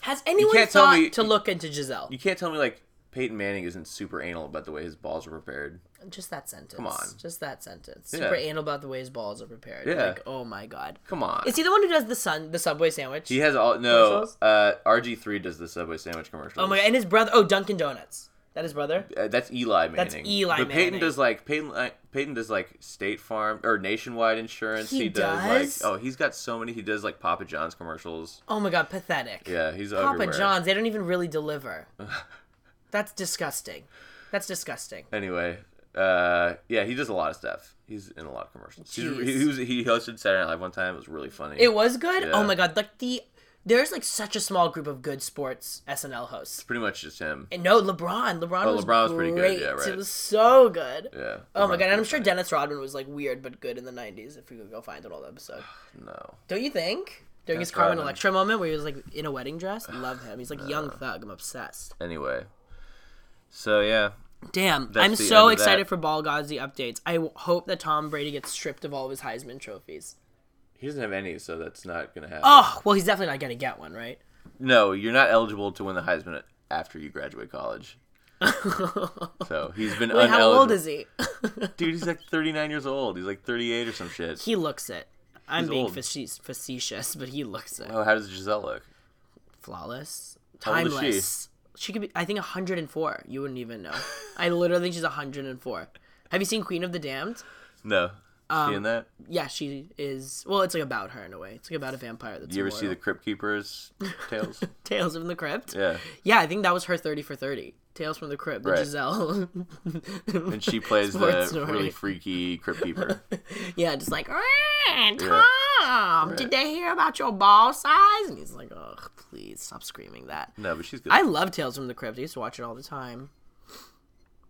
Speaker 2: Has anyone
Speaker 1: can't tell
Speaker 2: thought
Speaker 1: me-
Speaker 2: to look into Giselle?
Speaker 1: You can't tell me like Peyton Manning isn't super anal about the way his balls are prepared.
Speaker 2: Just that sentence.
Speaker 1: Come on.
Speaker 2: Just that sentence.
Speaker 1: Yeah.
Speaker 2: Super anal about the way his balls are prepared.
Speaker 1: Yeah.
Speaker 2: Like, oh my god.
Speaker 1: Come on,
Speaker 2: Is he the one who does the sun the subway sandwich?
Speaker 1: he has all no.
Speaker 2: Commercials?
Speaker 1: Uh, RG three does the Subway sandwich commercial.
Speaker 2: Oh my god. And his brother oh Dunkin' Donuts. That his brother?
Speaker 1: Uh, that's Eli Manning.
Speaker 2: Eli
Speaker 1: But
Speaker 2: Manning.
Speaker 1: Peyton does like Peyton. Like, Peyton does like State Farm or Nationwide Insurance.
Speaker 2: He does?
Speaker 1: like oh, he's got so many. He does like Papa John's commercials.
Speaker 2: Oh my god, pathetic.
Speaker 1: Yeah, he's
Speaker 2: Papa
Speaker 1: everywhere.
Speaker 2: John's, they don't even really deliver. That's disgusting. That's disgusting.
Speaker 1: anyway, uh, yeah, he does a lot of stuff. He's in a lot of commercials. He's,
Speaker 2: Jeez.
Speaker 1: he, he was, he hosted Saturday Night Live one time. It was really funny.
Speaker 2: It was good. Oh
Speaker 1: Yeah.
Speaker 2: my god, like the there's like such a small group of good sports SNL hosts.
Speaker 1: pretty much just him.
Speaker 2: And no, LeBron. LeBron, was,
Speaker 1: Oh, LeBron was pretty
Speaker 2: pretty
Speaker 1: good,
Speaker 2: great.
Speaker 1: yeah, right.
Speaker 2: It was so good.
Speaker 1: Yeah.
Speaker 2: Oh my god, and I'm
Speaker 1: Reminds
Speaker 2: sure Dennis Rodman was like weird but good in the '90s. If we could go find an old episode,
Speaker 1: me- No.
Speaker 2: don't you think? During his
Speaker 1: Dennis
Speaker 2: Carmen
Speaker 1: Rodman.
Speaker 2: Electra moment where he was like in a wedding dress, love him. He's like young thug. I'm obsessed.
Speaker 1: Anyway. So yeah,
Speaker 2: Damn,
Speaker 1: That's
Speaker 2: I'm
Speaker 1: the
Speaker 2: so
Speaker 1: end of that.
Speaker 2: excited for Ball Ghazi updates. I w- hope that Tom Brady gets stripped of all of his Heisman trophies.
Speaker 1: he doesn't have any, so that's not gonna happen.
Speaker 2: Oh well, he's definitely not gonna get one, right?
Speaker 1: No, you're not eligible to win the Heisman after you graduate college. so he's been
Speaker 2: Wait,
Speaker 1: uneligible.
Speaker 2: how old is he?
Speaker 1: Dude, he's like 39 years old. He's like 38 or some shit.
Speaker 2: He looks it. I'm
Speaker 1: He's
Speaker 2: being
Speaker 1: old.
Speaker 2: facetious, facetious, but he looks it.
Speaker 1: Oh, how does Giselle look?
Speaker 2: Flawless,
Speaker 1: How old is she?
Speaker 2: timeless. She? could be. I think 104. You wouldn't even know. I literally think she's 104. Have you seen Queen of the Damned?
Speaker 1: No.
Speaker 2: Um,
Speaker 1: Seeing that?
Speaker 2: Yeah, she is. Well, it's like about her in a way. It's like about a vampire that's.
Speaker 1: You ever see
Speaker 2: immortal.
Speaker 1: the Crypt Keepers tales?
Speaker 2: Tales from the Crypt?
Speaker 1: yeah.
Speaker 2: Yeah, I think that was her 30 for 30. Tales from the Crypt, the
Speaker 1: Right.
Speaker 2: Giselle.
Speaker 1: and she plays the
Speaker 2: Sports story.
Speaker 1: really freaky crypt keeper.
Speaker 2: yeah, just like, "Ah, Tom, did they hear about your ball size? And he's like, ugh, please stop screaming that.
Speaker 1: No, but she's good.
Speaker 2: I love Tales from the Crypt. I used to watch it all the time.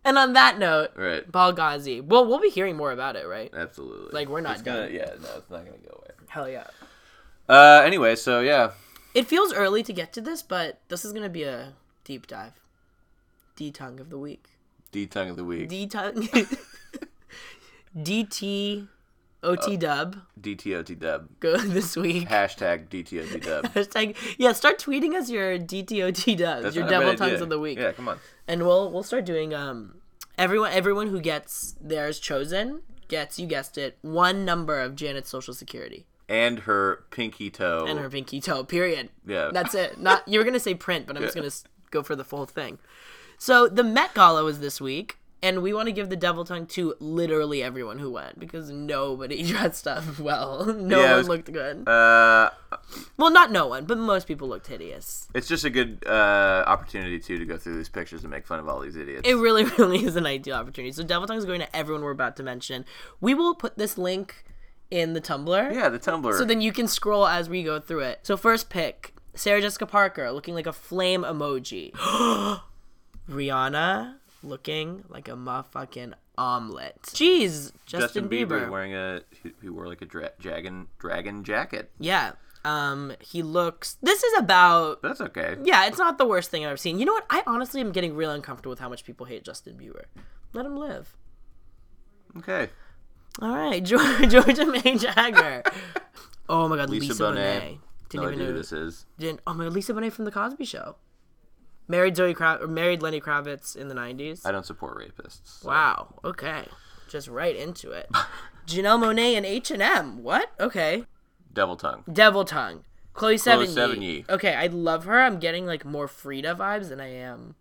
Speaker 2: And on that note,
Speaker 1: right,
Speaker 2: Balgazi. Well, we'll be hearing more about it, right?
Speaker 1: absolutely.
Speaker 2: Like, we're not
Speaker 1: it's gonna, yeah, no, it's not gonna go away.
Speaker 2: Hell yeah.
Speaker 1: Uh, anyway, so yeah,
Speaker 2: It feels early to get to this, but this is going to be a deep dive. D tongue of the week.
Speaker 1: D tongue of the week,
Speaker 2: D tongue. DT OT dub.
Speaker 1: DTOT dub.
Speaker 2: Go this week.
Speaker 1: Hashtag DTOT dub.
Speaker 2: Hashtag, yeah, start tweeting us your DTOT dubs, your
Speaker 1: not a bad
Speaker 2: devil tongues
Speaker 1: idea.
Speaker 2: of the week.
Speaker 1: Yeah, come on.
Speaker 2: and we'll we'll start doing um everyone everyone who gets theirs chosen gets you guessed it one number of Janet's social security
Speaker 1: And her pinky toe.
Speaker 2: and her pinky toe. Period.
Speaker 1: Yeah.
Speaker 2: That's it. Not you were gonna say print, but I'm just gonna s- go for the full thing. So the Met Gala was this week, and we want to give the devil tongue to literally everyone who went because nobody dressed up well. No
Speaker 1: Yeah, it
Speaker 2: one
Speaker 1: was-
Speaker 2: looked good.
Speaker 1: Uh,
Speaker 2: well, not no one, but most people looked hideous.
Speaker 1: it's just a good uh, opportunity too to go through these pictures and make fun of all these idiots.
Speaker 2: It really, really is an ideal opportunity. So devil tongue is going to everyone we're about to mention. We will put this link in the Tumblr.
Speaker 1: yeah, the Tumblr.
Speaker 2: So then you can scroll as we go through it. So first pick, Sarah Jessica Parker looking like a flame emoji. Rihanna looking like a motherfucking omelet. Jeez, Justin,
Speaker 1: Justin
Speaker 2: Bieber.
Speaker 1: Bieber wearing a he, he wore like a dra- dragon dragon jacket.
Speaker 2: yeah. Um he looks This is about
Speaker 1: That's okay.
Speaker 2: Yeah, it's not the worst thing I've seen. You know what? I honestly am getting real uncomfortable with how much people hate Justin Bieber. Let him live.
Speaker 1: Okay.
Speaker 2: All right, Georgia, Georgia May Jagger. oh my God, Lisa, Bonet.
Speaker 1: Bonet. no
Speaker 2: Didn't even
Speaker 1: idea
Speaker 2: know
Speaker 1: who this is.
Speaker 2: Didn't, oh my God, Lisa Bonet from The Cosby Show. Married Zoe Krav- or married Lenny Kravitz in the nineties.
Speaker 1: I don't support rapists.
Speaker 2: Wow. Okay. Just right into it. Janelle Monet and H and M. What? Okay.
Speaker 1: Devil tongue.
Speaker 2: Devil Tongue. Chloe Sevigny.
Speaker 1: Sevigny.
Speaker 2: Okay, I love her. I'm getting like more Frida vibes than I am.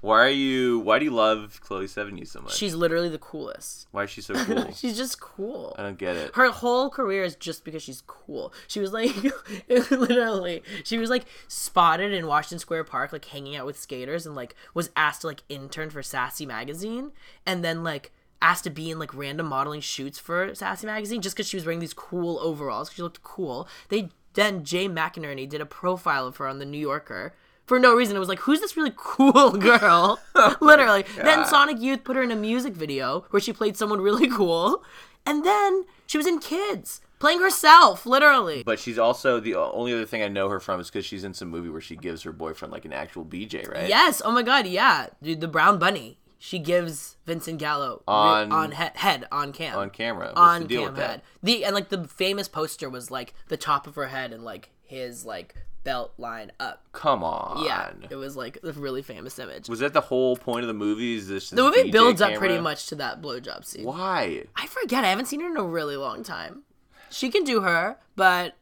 Speaker 1: Why are you? Why do you love Chloe Sevigny so much?
Speaker 2: She's literally the coolest.
Speaker 1: why is she so cool?
Speaker 2: She's just cool.
Speaker 1: I don't get it.
Speaker 2: her whole career is just because she's cool. She was like, literally, she was like spotted in Washington Square Park, like hanging out with skaters, and like was asked to like intern for Sassy Magazine, and then like asked to be in like random modeling shoots for Sassy Magazine just because she was wearing these cool overalls. 'cause She looked cool. They then Jay McInerney did a profile of her on the New Yorker. For no reason, it was like, who's this really cool girl?
Speaker 1: Oh
Speaker 2: Literally. Then Sonic Youth put her in a music video where she played someone really cool. And then she was in Kids, playing herself, literally.
Speaker 1: But she's also the o- only other thing I know her from is because she's in some movie where she gives her boyfriend like an actual BJ, right?
Speaker 2: Yes, oh my god, yeah. Dude, the brown bunny. She gives Vincent Gallo re-
Speaker 1: On-
Speaker 2: on he- head, on cam.
Speaker 1: On camera. What's
Speaker 2: on
Speaker 1: the deal
Speaker 2: cam
Speaker 1: with that?
Speaker 2: head. The and like the famous poster was like the top of her head and like his like belt line up.
Speaker 1: Come on.
Speaker 2: Yeah. It was like a really famous image.
Speaker 1: Was that the whole point of the movie? Is this
Speaker 2: the movie
Speaker 1: BJ
Speaker 2: builds up pretty
Speaker 1: camera?
Speaker 2: much to that blowjob scene.
Speaker 1: Why?
Speaker 2: I forget. I haven't seen her in a really long time. She can do her, but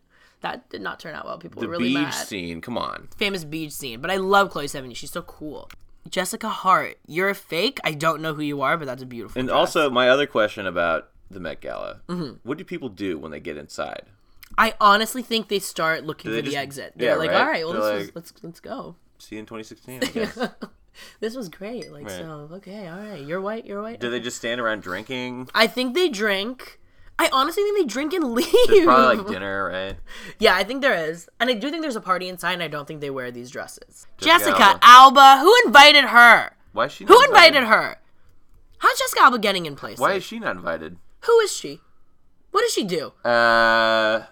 Speaker 2: that did not turn out well. People
Speaker 1: The
Speaker 2: were really
Speaker 1: beach
Speaker 2: mad.
Speaker 1: scene. Come on.
Speaker 2: Famous beach scene. But I love Chloe Sevigny. She's so cool. Jessica Hart, you're a fake. I don't know who you are, but that's a beautiful.
Speaker 1: And
Speaker 2: dress.
Speaker 1: also, my other question about the Met Gala:
Speaker 2: Mm-hmm.
Speaker 1: What do people do when they get inside?
Speaker 2: I honestly think they start looking
Speaker 1: they
Speaker 2: for the
Speaker 1: just-
Speaker 2: exit.
Speaker 1: yeah,
Speaker 2: They're like,
Speaker 1: right?
Speaker 2: all right, well,
Speaker 1: They're
Speaker 2: this was,
Speaker 1: like-
Speaker 2: let's let's go.
Speaker 1: See you in 2016. I guess.
Speaker 2: This was great. Like, so okay, all right, you're white, you're white.
Speaker 1: do they just stand around drinking?
Speaker 2: I think they drink. I honestly think they drink and leave.
Speaker 1: There's probably like dinner, right?
Speaker 2: Yeah, I think there is. And I do think there's a party inside, and I don't think they wear these dresses.
Speaker 1: Jessica
Speaker 2: Jessica Alba. Who invited her?
Speaker 1: Why is she?
Speaker 2: Who invited her? How's Jessica Alba getting in place?
Speaker 1: Why is she not invited?
Speaker 2: Who is she? What does she do?
Speaker 1: Uh,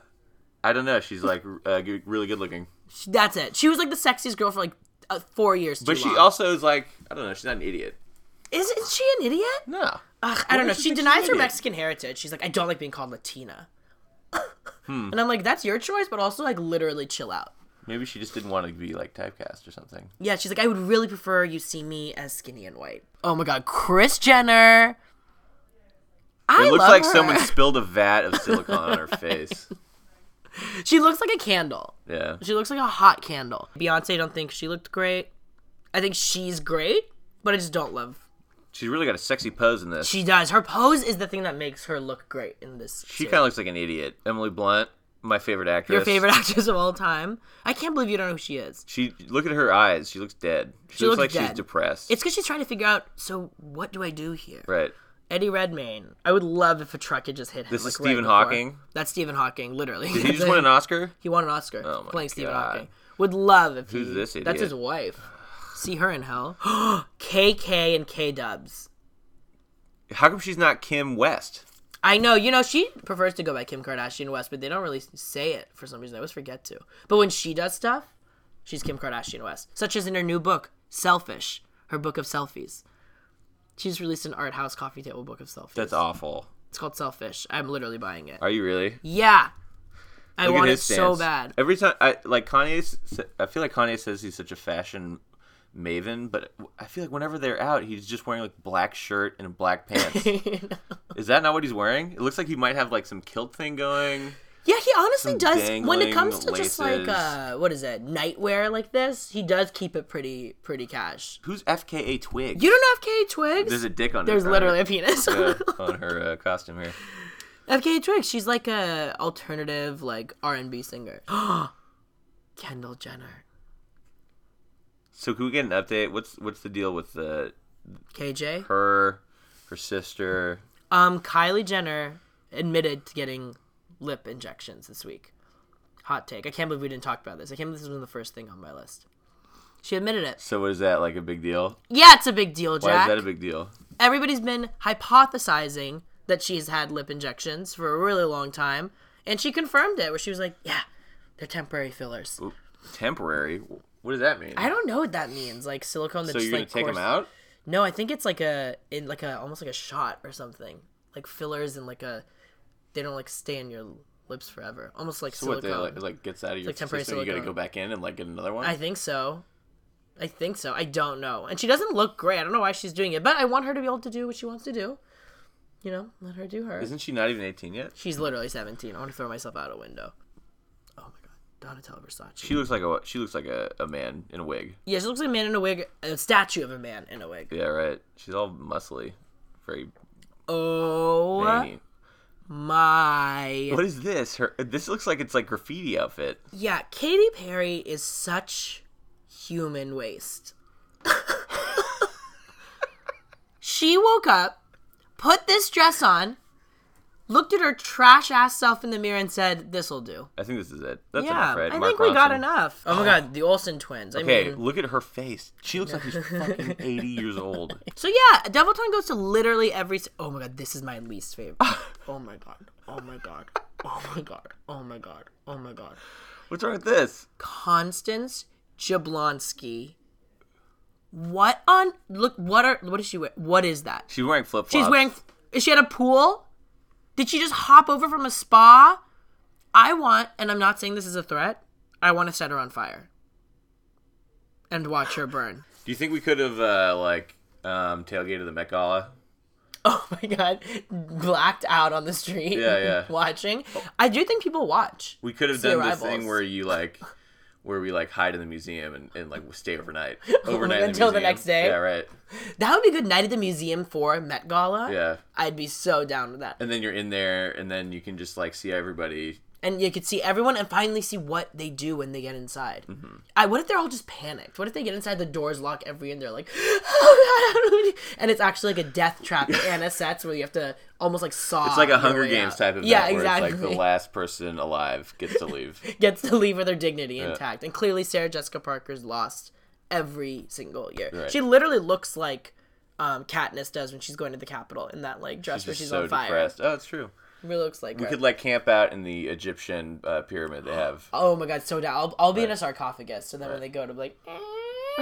Speaker 1: I don't know. She's like uh, g- really good looking,
Speaker 2: She, that's it. She was like the sexiest girl for like uh, four years.
Speaker 1: but she also is like I don't know. She's not an idiot.
Speaker 2: isn't she an idiot?
Speaker 1: No.
Speaker 2: Ugh, I don't know.
Speaker 1: makes you
Speaker 2: She
Speaker 1: think she's
Speaker 2: denies
Speaker 1: an
Speaker 2: her
Speaker 1: idiot?
Speaker 2: Mexican heritage. She's like, I don't like being called Latina. Hmm. And I'm like, that's your choice, but also like literally chill out.
Speaker 1: Maybe she just didn't want to be like typecast or something.
Speaker 2: Yeah, she's like, I would really prefer you see me as skinny and white. Oh my god, Chris Jenner. I
Speaker 1: It looks
Speaker 2: love
Speaker 1: like
Speaker 2: her.
Speaker 1: someone spilled a vat of silicone on her face.
Speaker 2: She looks like a candle.
Speaker 1: Yeah.
Speaker 2: She looks like a hot candle. Beyonce, don't think she looked great. I think she's great, but I just don't love.
Speaker 1: She's really got a sexy pose in this. She,
Speaker 2: She does. Her pose is the thing that makes her look great in this.
Speaker 1: kind of looks like an idiot. Emily Blunt. my favorite actress.
Speaker 2: Your favorite actress of all time. I can't believe you don't know who she is.
Speaker 1: She look at her eyes. She looks dead. She,
Speaker 2: She
Speaker 1: looks, like
Speaker 2: looks dead.
Speaker 1: she's depressed.
Speaker 2: It's because she's trying to figure out. So what do I do here?
Speaker 1: right.
Speaker 2: Eddie Redmayne. I would love if a truck had just hit him.
Speaker 1: This
Speaker 2: like,
Speaker 1: is
Speaker 2: right
Speaker 1: Stephen
Speaker 2: before.
Speaker 1: Hawking?
Speaker 2: That's Stephen Hawking, literally.
Speaker 1: Did he just win an Oscar?
Speaker 2: He won an Oscar
Speaker 1: Oh
Speaker 2: for
Speaker 1: my
Speaker 2: playing Stephen
Speaker 1: God.
Speaker 2: Hawking. Would love if
Speaker 1: Who's
Speaker 2: he.
Speaker 1: this idiot?
Speaker 2: That's his wife. See her in hell. KK and K Dubs.
Speaker 1: How come she's not Kim West?
Speaker 2: I know, you know, she prefers to go by Kim Kardashian West, but they don't really say it for some reason. I always forget to. But when she does stuff, she's Kim Kardashian West, such as in her new book, Selfish, her book of selfies. She's released an art house coffee table book of selfies.
Speaker 1: That's awful.
Speaker 2: it's called Selfish. I'm literally buying it.
Speaker 1: Are you really?
Speaker 2: Yeah. I
Speaker 1: Look at
Speaker 2: want it
Speaker 1: his
Speaker 2: so
Speaker 1: stance.
Speaker 2: bad.
Speaker 1: Every time, I like Kanye. s- I feel like Kanye says he's such a fashion maven, but I feel like whenever they're out, he's just wearing like black shirt and black pants. Is that not what he's wearing? It looks like he might have like some kilt thing going.
Speaker 2: Yeah, he honestly does. When
Speaker 1: dangling
Speaker 2: it comes to just like
Speaker 1: laces.
Speaker 2: uh, what is it, nightwear like this, he does keep it pretty, pretty cash.
Speaker 1: Who's FKA Twig?
Speaker 2: You don't know FK Twigs?
Speaker 1: There's a dick on.
Speaker 2: There's
Speaker 1: her,
Speaker 2: literally a penis.
Speaker 1: uh, on her uh, costume here.
Speaker 2: FKA Twigs, she's like a alternative like R and B singer. Kendall Jenner,
Speaker 1: So can we get an update? What's what's the deal with the
Speaker 2: KJ.
Speaker 1: her, her sister?
Speaker 2: Um, Kylie Jenner admitted to getting lip injections this week. Hot take. I can't believe we didn't talk about this. I can't believe this was the first thing on my list. She admitted it.
Speaker 1: So is that like a big deal?
Speaker 2: Yeah, it's a big deal,
Speaker 1: Why
Speaker 2: Jack.
Speaker 1: is that a big deal?
Speaker 2: everybody's been hypothesizing that she's had lip injections for a really long time, and she confirmed it where she was like, "Yeah, they're temporary fillers."
Speaker 1: Temporary. What does that mean?
Speaker 2: I don't know what that means, like silicone. That
Speaker 1: so
Speaker 2: just,
Speaker 1: you're gonna
Speaker 2: like,
Speaker 1: take them
Speaker 2: course-
Speaker 1: out?
Speaker 2: No, I think it's like a in like a almost like a shot or something, like fillers and like a they don't like stay in your lips forever, almost like
Speaker 1: So what
Speaker 2: silicone.
Speaker 1: they like, like gets out of your
Speaker 2: like temporary
Speaker 1: system, you gotta go
Speaker 2: silicone.
Speaker 1: back in and like get another one.
Speaker 2: I think so. I think so. I don't know. And she doesn't look great. I don't know why she's doing it, but I want her to be able to do what she wants to do. You know, let her do her.
Speaker 1: Isn't she not even 18 yet?
Speaker 2: She's literally 17. I want to throw myself out a window. Oh my god. Donatella Versace.
Speaker 1: She looks like a she looks like a, a man in a wig.
Speaker 2: yeah, she looks like a man in a wig, a statue of a man in a wig.
Speaker 1: Yeah, right. She's all muscly, very
Speaker 2: Oh
Speaker 1: veiny.
Speaker 2: my.
Speaker 1: What is this? Her this looks like it's like graffiti outfit.
Speaker 2: Yeah, Katy Perry is such human waste. she woke up, put this dress on, looked at her trash ass self in the mirror, and said, This'll do.
Speaker 1: I think this is it. That's
Speaker 2: yeah,
Speaker 1: enough, right?
Speaker 2: I
Speaker 1: Mark
Speaker 2: think we got
Speaker 1: Ronson.
Speaker 2: enough. Oh my god, the Olsen twins. I
Speaker 1: Okay,
Speaker 2: mean,
Speaker 1: look at her face. She looks like she's fucking 80 years old.
Speaker 2: So yeah, Devil Tongue goes to literally every. s- Oh my god, this is my least favorite. oh my god. Oh my god. Oh my god. Oh my god. Oh my god.
Speaker 1: What's wrong with this?
Speaker 2: Constance Jablonski. What on look? What are what is she wearing? What is that?
Speaker 1: She's wearing flip flops.
Speaker 2: She's wearing. Is she at a pool? Did she just hop over from a spa? I want, and I'm not saying this is a threat. I want to set her on fire and watch her burn.
Speaker 1: Do you think we could have uh, like um, tailgated the Met Gala?
Speaker 2: oh my god, blacked out on the street.
Speaker 1: Yeah, yeah.
Speaker 2: Watching. I do think people watch.
Speaker 1: We could have
Speaker 2: See
Speaker 1: done
Speaker 2: your
Speaker 1: this thing
Speaker 2: eyeballs.
Speaker 1: where you like, where we like hide in the museum and, and like stay overnight, overnight in
Speaker 2: Until the
Speaker 1: museum.
Speaker 2: next day?
Speaker 1: Yeah, right.
Speaker 2: That would be a good night at the museum for Met Gala.
Speaker 1: Yeah,
Speaker 2: I'd be so down with that.
Speaker 1: and then you're in there, and then you can just like see everybody.
Speaker 2: And you could see everyone and finally see what they do when they get inside.
Speaker 1: Mm-hmm.
Speaker 2: I, what if they're all just panicked? What if they get inside, the doors lock every, and they're like, oh god, I don't know what to do." and it's actually like a death trap that Anna sets where you have to almost like saw.
Speaker 1: It's like a
Speaker 2: your
Speaker 1: Hunger
Speaker 2: way
Speaker 1: Games
Speaker 2: out.
Speaker 1: type of
Speaker 2: Ah, Yeah,
Speaker 1: where
Speaker 2: exactly.
Speaker 1: it's like the last person alive gets to leave.
Speaker 2: gets to leave with her dignity intact. And clearly, Sarah Jessica Parker's lost every single year.
Speaker 1: Right.
Speaker 2: She literally looks like um, Katniss does when she's going to the Capitol in that like dress where she's
Speaker 1: so
Speaker 2: on fire.
Speaker 1: depressed. Oh, it's true.
Speaker 2: Really looks like
Speaker 1: We
Speaker 2: her.
Speaker 1: could like camp out in the Egyptian uh, pyramid they have.
Speaker 2: Oh my god, so down. I'll, I'll be in a sarcophagus, so then when they go to like,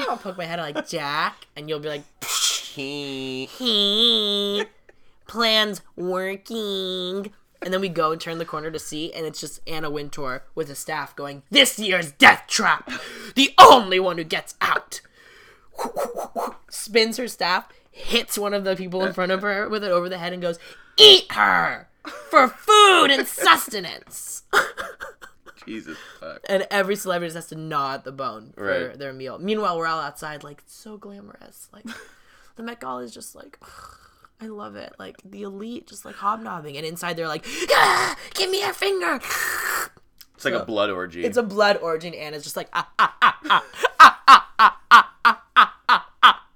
Speaker 2: I'll poke my head out like Jack, and you'll be like, "Hey, plans working. And then we go and turn the corner to see, and it's just Anna Wintour with a staff going, "This year's death trap, the only one who gets out." Spins her staff, hits one of the people in front of her with it over the head, and goes, "Eat her for food and sustenance."
Speaker 1: Jesus fuck.
Speaker 2: and every celebrity just has to gnaw at the bone for
Speaker 1: Right.
Speaker 2: their meal. Meanwhile, we're all outside, like so glamorous. Like the Met Gala is just like, I love it. Like the elite, just like hobnobbing, and inside they're like, "Ah, give me your finger.
Speaker 1: It's like a blood orgy.
Speaker 2: It's a blood origin, and it's just like ah ah ah ah ah ah ah ah ah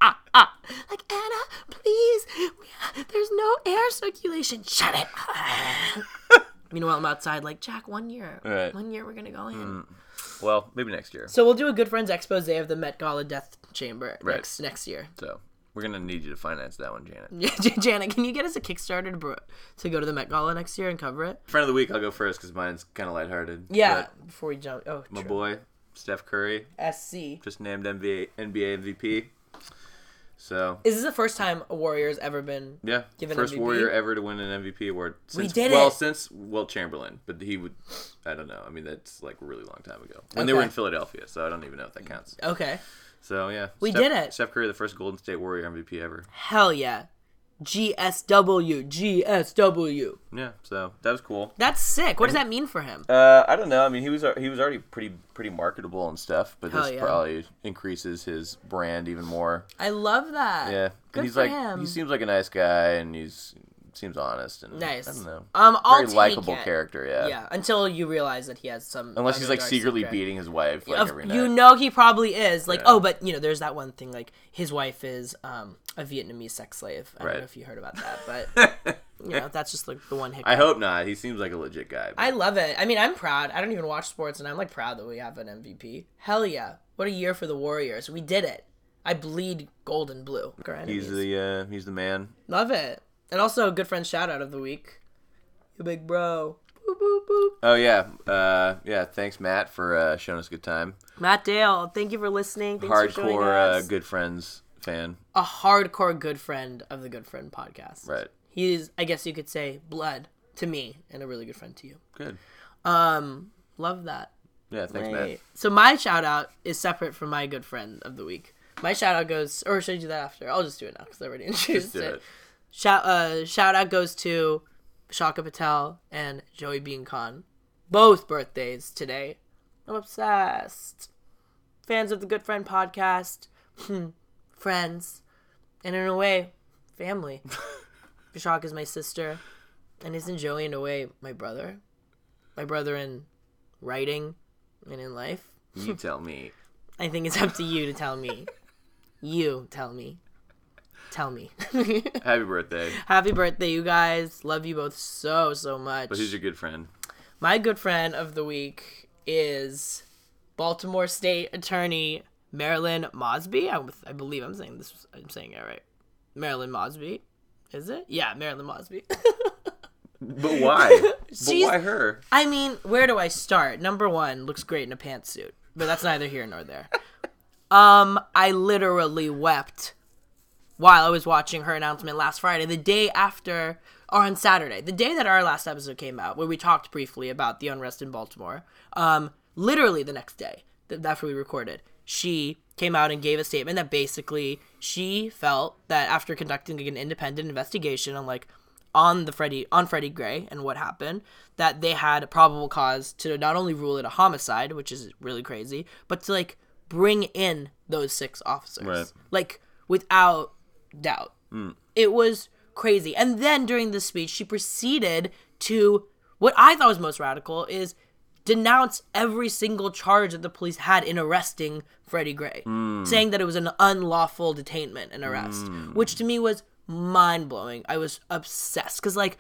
Speaker 2: ah ah ah. Like Anna, please, we- there's no air circulation. Shut it. Meanwhile, I'm outside like Jack. One year,
Speaker 1: Right.
Speaker 2: one year we're gonna go in.
Speaker 1: well, maybe next year.
Speaker 2: So we'll do a good friends expose of the Met Gala Death Chamber next next year.
Speaker 1: So we're gonna need you to finance that one, Janet.
Speaker 2: Yeah, J- Janet, can you get us a Kickstarter to, bro- to go to the Met Gala next year and cover it?
Speaker 1: Friend of the week, I'll go first because mine's kind of lighthearted.
Speaker 2: Yeah, before we jump. Oh,
Speaker 1: But my
Speaker 2: true.
Speaker 1: boy, Steph Curry,
Speaker 2: SC.
Speaker 1: just named NBA, NBA MVP. So
Speaker 2: Is this the first time a Warrior's ever been?
Speaker 1: yeah,
Speaker 2: Give an
Speaker 1: first
Speaker 2: MVP?
Speaker 1: Warrior ever to win an MVP award. Since,
Speaker 2: did
Speaker 1: well,
Speaker 2: it!
Speaker 1: since Wilt Chamberlain, but he would, I don't know. I mean, that's like a really long time ago when they were
Speaker 2: Okay.
Speaker 1: in Philadelphia. So I don't even know if that counts.
Speaker 2: Okay.
Speaker 1: So yeah,
Speaker 2: We
Speaker 1: Steph-
Speaker 2: did it.
Speaker 1: Steph Curry, the first Golden State Warrior MVP ever.
Speaker 2: Hell yeah. GSW. GSW.
Speaker 1: Yeah, so that was cool.
Speaker 2: That's sick. What does that mean for him?
Speaker 1: Uh, I don't know. I mean, he was he was already pretty pretty marketable and stuff, but
Speaker 2: Hell
Speaker 1: this
Speaker 2: yeah.
Speaker 1: probably increases his brand even more.
Speaker 2: I love that.
Speaker 1: Yeah,
Speaker 2: Good
Speaker 1: and he's
Speaker 2: for
Speaker 1: like
Speaker 2: him.
Speaker 1: he seems like a nice guy, and he's seems honest and
Speaker 2: Nice.
Speaker 1: I don't know,
Speaker 2: Um, I'll
Speaker 1: very
Speaker 2: take
Speaker 1: likable
Speaker 2: it.
Speaker 1: character. Yeah,
Speaker 2: Yeah. Until you realize that he has some.
Speaker 1: unless
Speaker 2: other
Speaker 1: he's like
Speaker 2: dark
Speaker 1: secretly
Speaker 2: secret.
Speaker 1: beating his wife like
Speaker 2: Of-
Speaker 1: every night.
Speaker 2: you know he probably is like oh but you know there's that one thing like his wife is um a vietnamese sex slave i
Speaker 1: Right.
Speaker 2: don't know if you heard about that but you know that's just like the one hiccup
Speaker 1: I hope not. He seems like a legit guy. but-
Speaker 2: I love it. I mean, I'm proud. I don't even watch sports, and I'm like proud that we have an MVP. Hell yeah! What a year for the Warriors. We did it. I bleed gold and blue. Our
Speaker 1: he's
Speaker 2: enemies.
Speaker 1: the uh, he's the man.
Speaker 2: Love it. And also, good friend shout out of the week. You big bro. Boop boop boop.
Speaker 1: Oh yeah, uh, yeah. Thanks Matt for uh, showing us a good time.
Speaker 2: Matt Dale, thank you for listening. Thanks for showing
Speaker 1: Hardcore uh,
Speaker 2: us.
Speaker 1: good friends fan.
Speaker 2: a hardcore good friend of the Good Friend podcast.
Speaker 1: Right.
Speaker 2: He is, I guess you could say, blood to me, and a really good friend to you.
Speaker 1: Good.
Speaker 2: Love that.
Speaker 1: Yeah. Thanks Matt.
Speaker 2: Right. So my shout out is separate from my good friend of the week. My shout out goes, or should I do that after? I'll just do it now because I already introduced
Speaker 1: do
Speaker 2: it.
Speaker 1: it.
Speaker 2: Shout, uh, shout out goes to Shaka Patel and Joey Bean Khan. Both birthdays today. I'm obsessed. Fans of the Good Friend podcast, Hmm. friends, and in a way, family. Shaka is my sister, and isn't Joey in a way my brother? My brother in writing and in life.
Speaker 1: You tell me.
Speaker 2: I think it's up to you to tell me. you tell me. Tell me.
Speaker 1: Happy birthday.
Speaker 2: Happy birthday, you guys. Love you both so, so much.
Speaker 1: But he's your good friend.
Speaker 2: My good friend of the week is Baltimore State Attorney Marilyn Mosby. I, I believe I'm saying this. I'm saying it right. Marilyn Mosby. Is it? Yeah, Marilyn Mosby.
Speaker 1: But why? but
Speaker 2: She's-
Speaker 1: why her?
Speaker 2: I mean, where do I start? Number one, looks great in a pantsuit, but that's neither here nor there. Um, I literally wept while I was watching her announcement last Friday, the day after, or on Saturday, the day that our last episode came out, where we talked briefly about the unrest in Baltimore. Um, literally the next day, th- after we recorded, she came out and gave a statement that basically she felt that after conducting an independent investigation on like on the Freddie on Freddie Gray and what happened, that they had probable cause to not only rule it a homicide, which is really crazy, but to like bring in those six officers,
Speaker 1: Right.
Speaker 2: like without doubt. It was crazy. And then during the speech, she proceeded to what I thought was most radical is denounce every single charge that the police had in arresting Freddie Gray, saying that it was an unlawful detainment and arrest, which to me was mind blowing. I was obsessed because like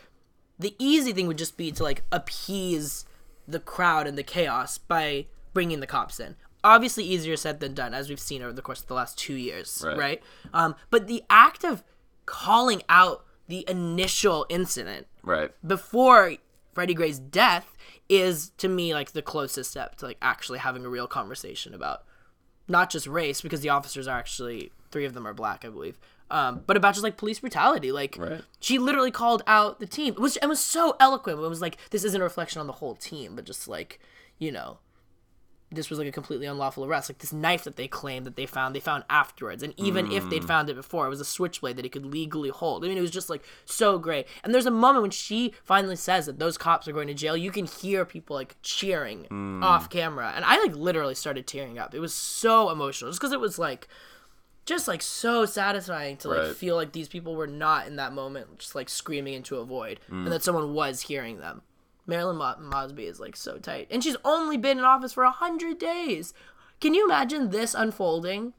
Speaker 2: the easy thing would just be to like appease the crowd and the chaos by bringing the cops in. Obviously, easier said than done, as we've seen over the course of the last two years,
Speaker 1: Right.
Speaker 2: right? Um, but the act of calling out the initial incident
Speaker 1: Right.
Speaker 2: before Freddie Gray's death is to me like the closest step to like actually having a real conversation about not just race because the officers are actually three of them are black, I believe. Um, but about just like police brutality, like
Speaker 1: Right.
Speaker 2: she literally called out the team, which and was so eloquent. It was like this isn't a reflection on the whole team, but just like you know, this was like a completely unlawful arrest. Like this knife that they claimed that they found, they found afterwards. And even if they'd found it before, it was a switchblade that he could legally hold. I mean, it was just like so great. And there's a moment when she finally says that those cops are going to jail. You can hear people like cheering off camera. And I like literally started tearing up. It was so emotional just because it was like, just like so satisfying to like
Speaker 1: Right.
Speaker 2: feel like these people were not in that moment, just like screaming into a void and that someone was hearing them. Marilyn Mo- Mosby is like so tight, and she's only been in office for a hundred days. Can you imagine this unfolding?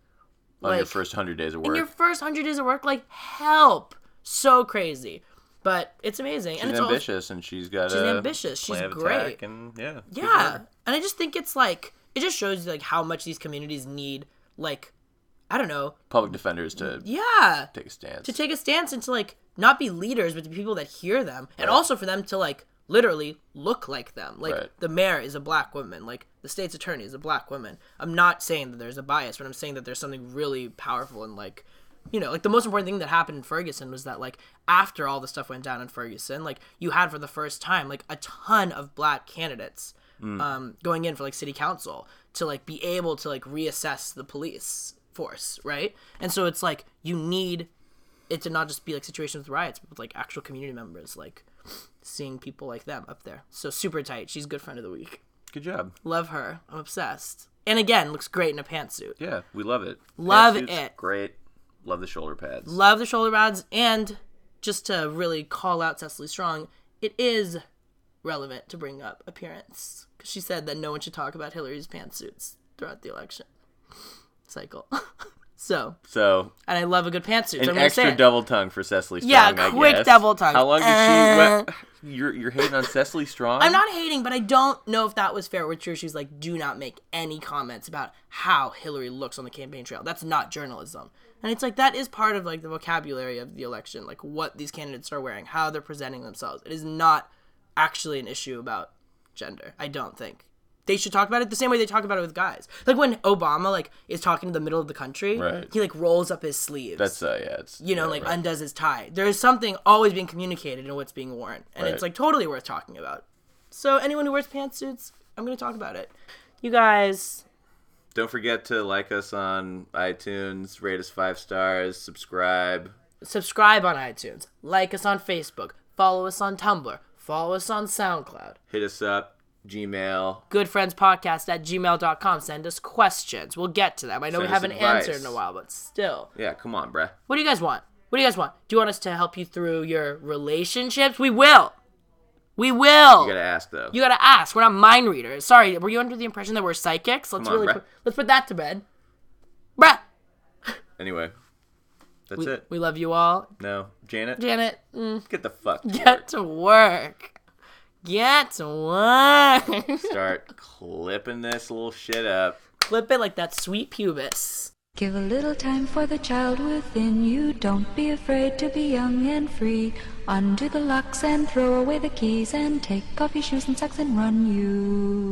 Speaker 1: on your
Speaker 2: like-
Speaker 1: first hundred days of
Speaker 2: In
Speaker 1: work.
Speaker 2: your first hundred days of work, like help, so crazy, but it's amazing, and
Speaker 1: she's
Speaker 2: it's all
Speaker 1: ambitious, and she's got
Speaker 2: she's
Speaker 1: a
Speaker 2: ambitious. She's
Speaker 1: plan of
Speaker 2: great.
Speaker 1: attack and yeah, good for
Speaker 2: Yeah,
Speaker 1: her.
Speaker 2: and I just think it's like it just shows you like how much these communities need like I don't know,
Speaker 1: public defenders to
Speaker 2: yeah,
Speaker 1: take a stance.
Speaker 2: to take a stance and to like not be leaders but to people that hear them, and also for them to like literally look like them. Like
Speaker 1: Right.
Speaker 2: the mayor is a black woman, like the state's attorney is a black woman. I'm not saying that there's a bias, but I'm saying that there's something really powerful and like. You know, like the most important thing that happened in Ferguson was that, like, after all the stuff went down in Ferguson, like, you had for the first time, like, a ton of black candidates um, going in for like city council to like be able to like reassess the police force, right? And so it's like you need it to not just be like situations with riots, but with like actual community members, like seeing people like them up there. So super tight. She's good friend of the week.
Speaker 1: Good job.
Speaker 2: Love her. I'm obsessed. And again, looks great in a pantsuit.
Speaker 1: Yeah, we love it.
Speaker 2: Love
Speaker 1: Pantsuits,
Speaker 2: it.
Speaker 1: Great. Love the shoulder pads.
Speaker 2: Love the shoulder pads. And just to really call out Cecily Strong, it is relevant to bring up appearance because she said that no one should talk about Hillary's pantsuits throughout the election cycle. so,
Speaker 1: so
Speaker 2: and I love a good pantsuit. so
Speaker 1: an
Speaker 2: I'm gonna say
Speaker 1: extra
Speaker 2: it.
Speaker 1: double tongue for Cecily Strong.
Speaker 2: Yeah,
Speaker 1: I
Speaker 2: quick
Speaker 1: guess.
Speaker 2: double tongue. Uh,
Speaker 1: How long did she? Well, you're you're hating on Cecily Strong.
Speaker 2: I'm not hating, but I don't know if that was fair or true. She's like, do not make any comments about how Hillary looks on the campaign trail. That's not journalism. And it's like that is part of like the vocabulary of the election, like what these candidates are wearing, how they're presenting themselves. It is not actually an issue about gender. I don't think. They should talk about it the same way they talk about it with guys. Like when Obama like is talking to the middle of the country,
Speaker 1: Right.
Speaker 2: he like rolls up his sleeves
Speaker 1: That's uh, yeah. It's
Speaker 2: you know, like undoes his tie. There's something always being communicated in what's being worn, and
Speaker 1: Right.
Speaker 2: it's like totally worth talking about. So anyone who wears pantsuits, I'm gonna talk about it. You guys,
Speaker 1: Don't forget to like us on iTunes, rate us five stars, subscribe.
Speaker 2: subscribe on iTunes, like us on Facebook, follow us on Tumblr, follow us on SoundCloud.
Speaker 1: hit us up gmail
Speaker 2: Goodfriendspodcast at gmail.com. Send us questions. We'll get to them. I know
Speaker 1: Send
Speaker 2: we
Speaker 1: us
Speaker 2: haven't
Speaker 1: advice.
Speaker 2: answered in a while, but still.
Speaker 1: yeah come on bruh
Speaker 2: What do you guys want? What do you guys want? Do you want us to help you through your relationships? We will. We will.
Speaker 1: you gotta ask though
Speaker 2: You gotta ask. We're not mind readers. Sorry, were you under the impression that we're psychics? Let's
Speaker 1: Come on,
Speaker 2: really
Speaker 1: bruh.
Speaker 2: put, let's put that to bed, bruh.
Speaker 1: anyway that's
Speaker 2: We,
Speaker 1: it
Speaker 2: we love you all,
Speaker 1: no janet
Speaker 2: Janet. mm,
Speaker 1: get the fuck to
Speaker 2: Get to work. Get to work.
Speaker 1: work. start clipping this little shit up
Speaker 2: Clip it like that sweet pubis.
Speaker 3: Give a little time for the child within you. Don't be afraid to be young and free. Undo the locks and throw away the keys and take off your shoes and socks and run you.